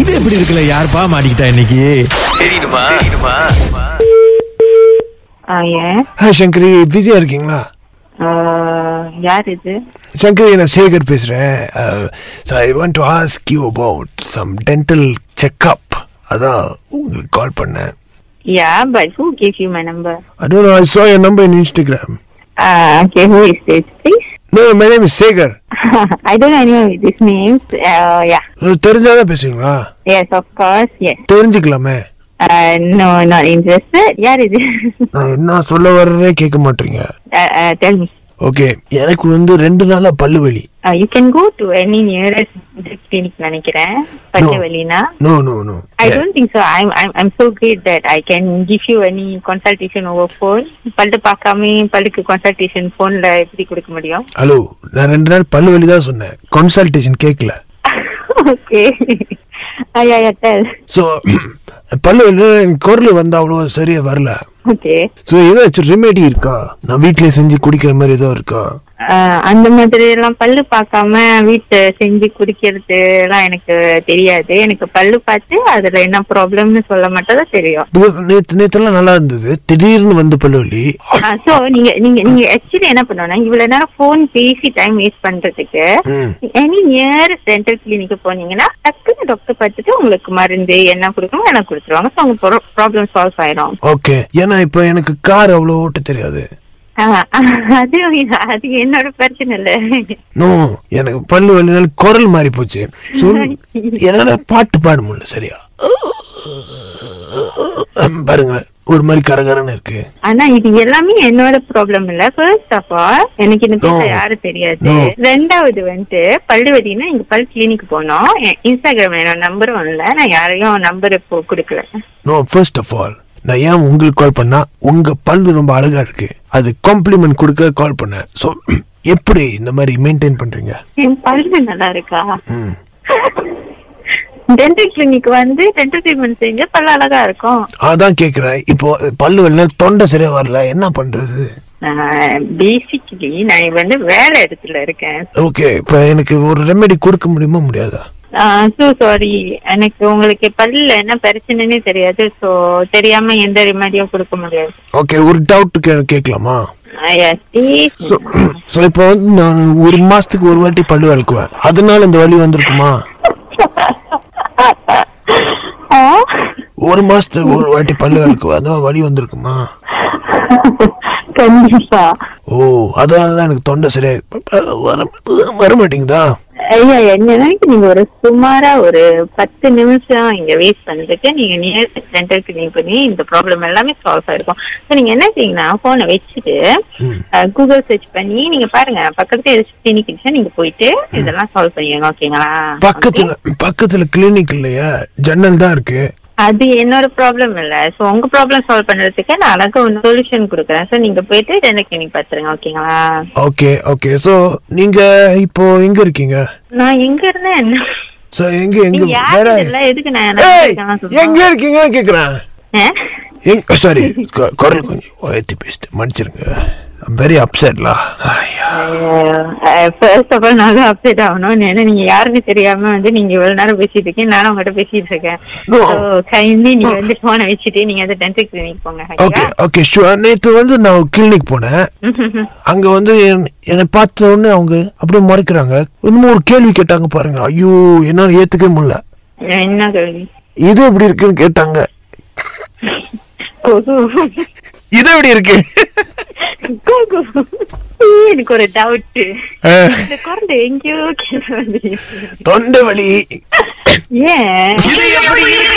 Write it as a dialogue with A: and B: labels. A: இது எப்படி இருக்குல்ல யாருப்பா மாட்டிக்கிட்டா இன்னைக்கு
B: தெரியுமா
C: ஆ ஏன்
D: ஹாய் சங்கரி பிஸியா இருக்கீங்களா
C: ஆ, யார் இது
D: சங்கரி நான் சேகர் பேசுறேன் Uh, I want to ask you about some dental checkup அதான் உங்களுக்கு கால் பண்ணேன்
C: yeah but who give you my number
D: அதுவும் I saw your number in Instagram
C: okay who is this please
D: no my name is Sekar
C: I don't any with this names யா
D: தெரிஞ்சாதான் பேசுவீங்களா
C: yes of course yes
D: தெரிஞ்சுக்கலாமே
C: no not interested யார் இது
D: நான் என்ன சொல்ல வர்றேனே கேட்க மாட்டீங்க
C: Uh, டெல் மீ
D: ஓகே எனக்கு வந்து ரெண்டு நாளா பல்லு வலி
C: you can go to any nearest clinic நினைக்கிறேன் பச்சைவலினா
D: no no no
C: eh? I don't think so. I'm I'm I'm so great that I can give you any consultation over phone. பல்லு பார்க்காம பல்லுக்கு consultation phoneல எப்படி கொடுக்க முடியும்?
D: ஹலோ நான் ரெண்டு நாள் பல்லு வலி தான் சொன்னேன் கன்சல்டேஷன் கேட்கல
C: okay. Ah, yeah, yeah, tell.
D: So பல்லு வலி எனக்கு குரல் வந்து அவ்வளோ சரியா வரல
C: Okay.
D: ஸோ ஏதாச்சும் ரெமெடி இருக்கா நான் வீட்டிலே செஞ்சு குடிக்கிற மாதிரி ஏதோ இருக்கா
C: ஆஹ் அந்த மாதிரி எல்லாம் பல்லு பார்க்காம வீட்டு செஞ்சு குடிக்கிறது எல்லாம் எனக்கு தெரியாது எனக்கு பல்லு பார்த்து அதுல என்ன ப்ராப்ளம்னு சொல்ல மட்டும் தான் தெரியும்
D: Because நேத்து நேத்தெல்லாம் நல்லா இருந்தது திடீர்னு வந்து பல்லு வலி
C: சோ நீங்க நீங்க நீங்க ஆக்சுவலி என்ன பண்ணணும்னா இவ்வளவு நேரம் போன் பேசி டைம் வேஸ்ட் பண்றதுக்கு
D: ம்.
C: எனி நியர் டென்டல் கிளினிக் போனீங்கன்னா டக்குன்னு டாக்டர் பார்த்துட்டு உங்களுக்கு மருந்து என்ன கொடுக்கணும் என்ன கொடுத்துருவாங்க ஸோ உங்க ப்ராப்ளம் சால்வ் ஆயிரும்
D: ஓகே ஏன்னா இப்போ எனக்கு கார் அவ்வளோ ஓட்ட தெரியாது
C: ஆஹ் அது அது என்னோட பிரச்சனை இல்ல
D: நோ எனக்கு பல்லு வலினால குரல் மாறி போச்சு ஸோ என்னால் பாட்டு பாட முடியல சரியா பாருங்களேன் ஒரு மாதிரி கரகரன்னு இருக்கு
C: ஆனா இது எல்லாமே என்னோட ப்ராப்ளம் இல்ல ஃபர்ஸ்ட் ஆஃப் ஆல் எனக்கு இந்த பேச
D: No.
C: யாரும் தெரியாது
D: No.
C: ரெண்டாவது வந்துட்டு பல்லு வலின்னா இங்க பல் கிளினிக் போனோம் இன்ஸ்டாகிராம் என்னோட நம்பரும் இல்ல நான் யாரையும் நம்பர் இப்போ கொடுக்கல
D: நோ ஃபர்ஸ்ட் ஆஃப் ஆல் நான் ஏன் உங்களுக்கு கால் பண்ணா உங்க பல்லு ரொம்ப அழகா இருக்கு அது காம்ப்ளிமெண்ட் கொடுக்க கால் பண்ணேன் ஸோ எப்படி இந்த மாதிரி மெயின்டைன் பண்றீங்க
C: என் பல்லு நல்லா இருக்கா
D: ம்.
C: டென்டல் கிளினிக் வந்து டென்டல் ட்ரீட்மெண்ட் செஞ்சா பல்லு அழகா இருக்கும்
D: அதான் கேக்குறேன் இப்போ பல்லு வலினா தொண்டை சரியா வரல என்ன பண்றது
C: பேசிக்கலி நான் வந்து வேற இடத்துல இருக்கேன்
D: ஓகே இப்போ எனக்கு ஒரு ரெமெடி கொடுக்க முடியுமா முடியாதா
C: சோ சாரி எனக்கு உங்களுக்கு பல்லுல என்ன பிரச்சனைனே தெரியாது சோ தெரியாம எந்த ரெமெடியும் கொடுக்க முடியாது
D: ஓகே ஒரு டவுட்டுக்கு எனக்கு கேட்கலாமா
C: Yes, please.
D: ஸோ இப்போ வந்து நான் ஒரு மாசத்துக்கு ஒரு வாட்டி பல்லு விளக்குவேன் அதனால இந்த வலி வந்திருக்குமா
C: ஆ?
D: ஒரு மாசத்துக்கு ஒரு வாட்டி பல்லு விளக்குவேன் அதனால வலி வந்திருக்குமா
C: கண்டிப்பா
D: ஓ அதனால தான் எனக்கு தொண்டை சரியா வர வர மாட்டேங்குதா
C: ஐயா என்ன நீங்க ஒரு சுமாரா ஒரு பத்து நிமிஷம் இங்க வேஸ்ட் பண்ணிட்டு நீங்க நியர் சென்டர் கிளீன் பண்ணி இந்த ப்ராப்ளம் எல்லாமே சால்வ் ஆயிருக்கும் So, நீங்க என்ன செய்யுங்கன்னா போனை வச்சுட்டு கூகுள் சர்ச் பண்ணி நீங்க பாருங்க பக்கத்துல ஏதாச்சும் கிளினிக் இருந்துச்சா நீங்க போயிட்டு இதெல்லாம் சால்வ் பண்ணிடுங்க ஓகேங்களா
D: பக்கத்துல
C: Okay?
D: பக்கத்துல கிளினிக் இல்லையா ஜன்னல் தான் இருக்கு
C: அது என்னோட ப்ராப்ளம் இல்ல சோ உங்க ப்ராப்ளம் சால்வ் பண்றதுக்கு நான் அழகா ஒன்னு சொல்யூஷன் கொடுக்குறேன் சோ நீங்க போயிட்டு டென்டல் கிளினிக் பாத்துருங்க ஓகேங்களா
D: ஓகே ஓகே சோ நீங்க இப்போ எங்க இருக்கீங்க
C: நான் எங்க இருந்தேன் என்ன
D: சோ எங்க எங்க
C: நீங்க யாரு
D: வேற
C: இல்ல எதுக்கு நான்
D: ஏய்,
C: என்ன
D: எங்க இருக்கீங்க கேக்குறேன்
C: சொல்றேன்
D: சாரி குரல் கொஞ்சம் உயர்த்தி பேசிட்டு மன்னிச்சிருங்க வெரி அப்செட்லா ஐயா
C: ஃபர்ஸ்ட் ஆஃப் ஆல் நான் அப்டேட் ஆகணும் ஏன்னா நீங்க யாருன்னு தெரியாம வந்து நீங்க இவ்வளவு நேரம் பேசிட்டு இருக்கீங்க நானும் உங்ககிட்ட பேசிட்டு இருக்கேன்
D: No.
C: கைந்து நீங்க வந்து போனை வச்சுட்டு நீங்க வந்து டென்டல் கிளினிக் போங்க
D: ஓகே ஓகே ஷுவர் நேற்று வந்து நான் கிளினிக் போனேன் அங்க வந்து என்- என்னை பார்த்த உடனே அவங்க அப்படியே மறைக்கிறாங்க இன்னும் ஒரு கேள்வி கேட்டாங்க பாருங்க ஐயோ என்னால ஏத்துக்கவே முடியல
C: Okay. என்ன கேள்வி
D: இது எப்படி இருக்குன்னு கேட்டாங்க
C: குகு.
D: இது எப்படி இருக்கு
C: குகு. ஈ, எனக்கு ஒரு டவுட் இந்த குழந்தை எங்கேயோ கேட்ட மாதிரி.
D: தொண்டை வலி
C: ஏன்
D: இது எப்படி இருக்கு?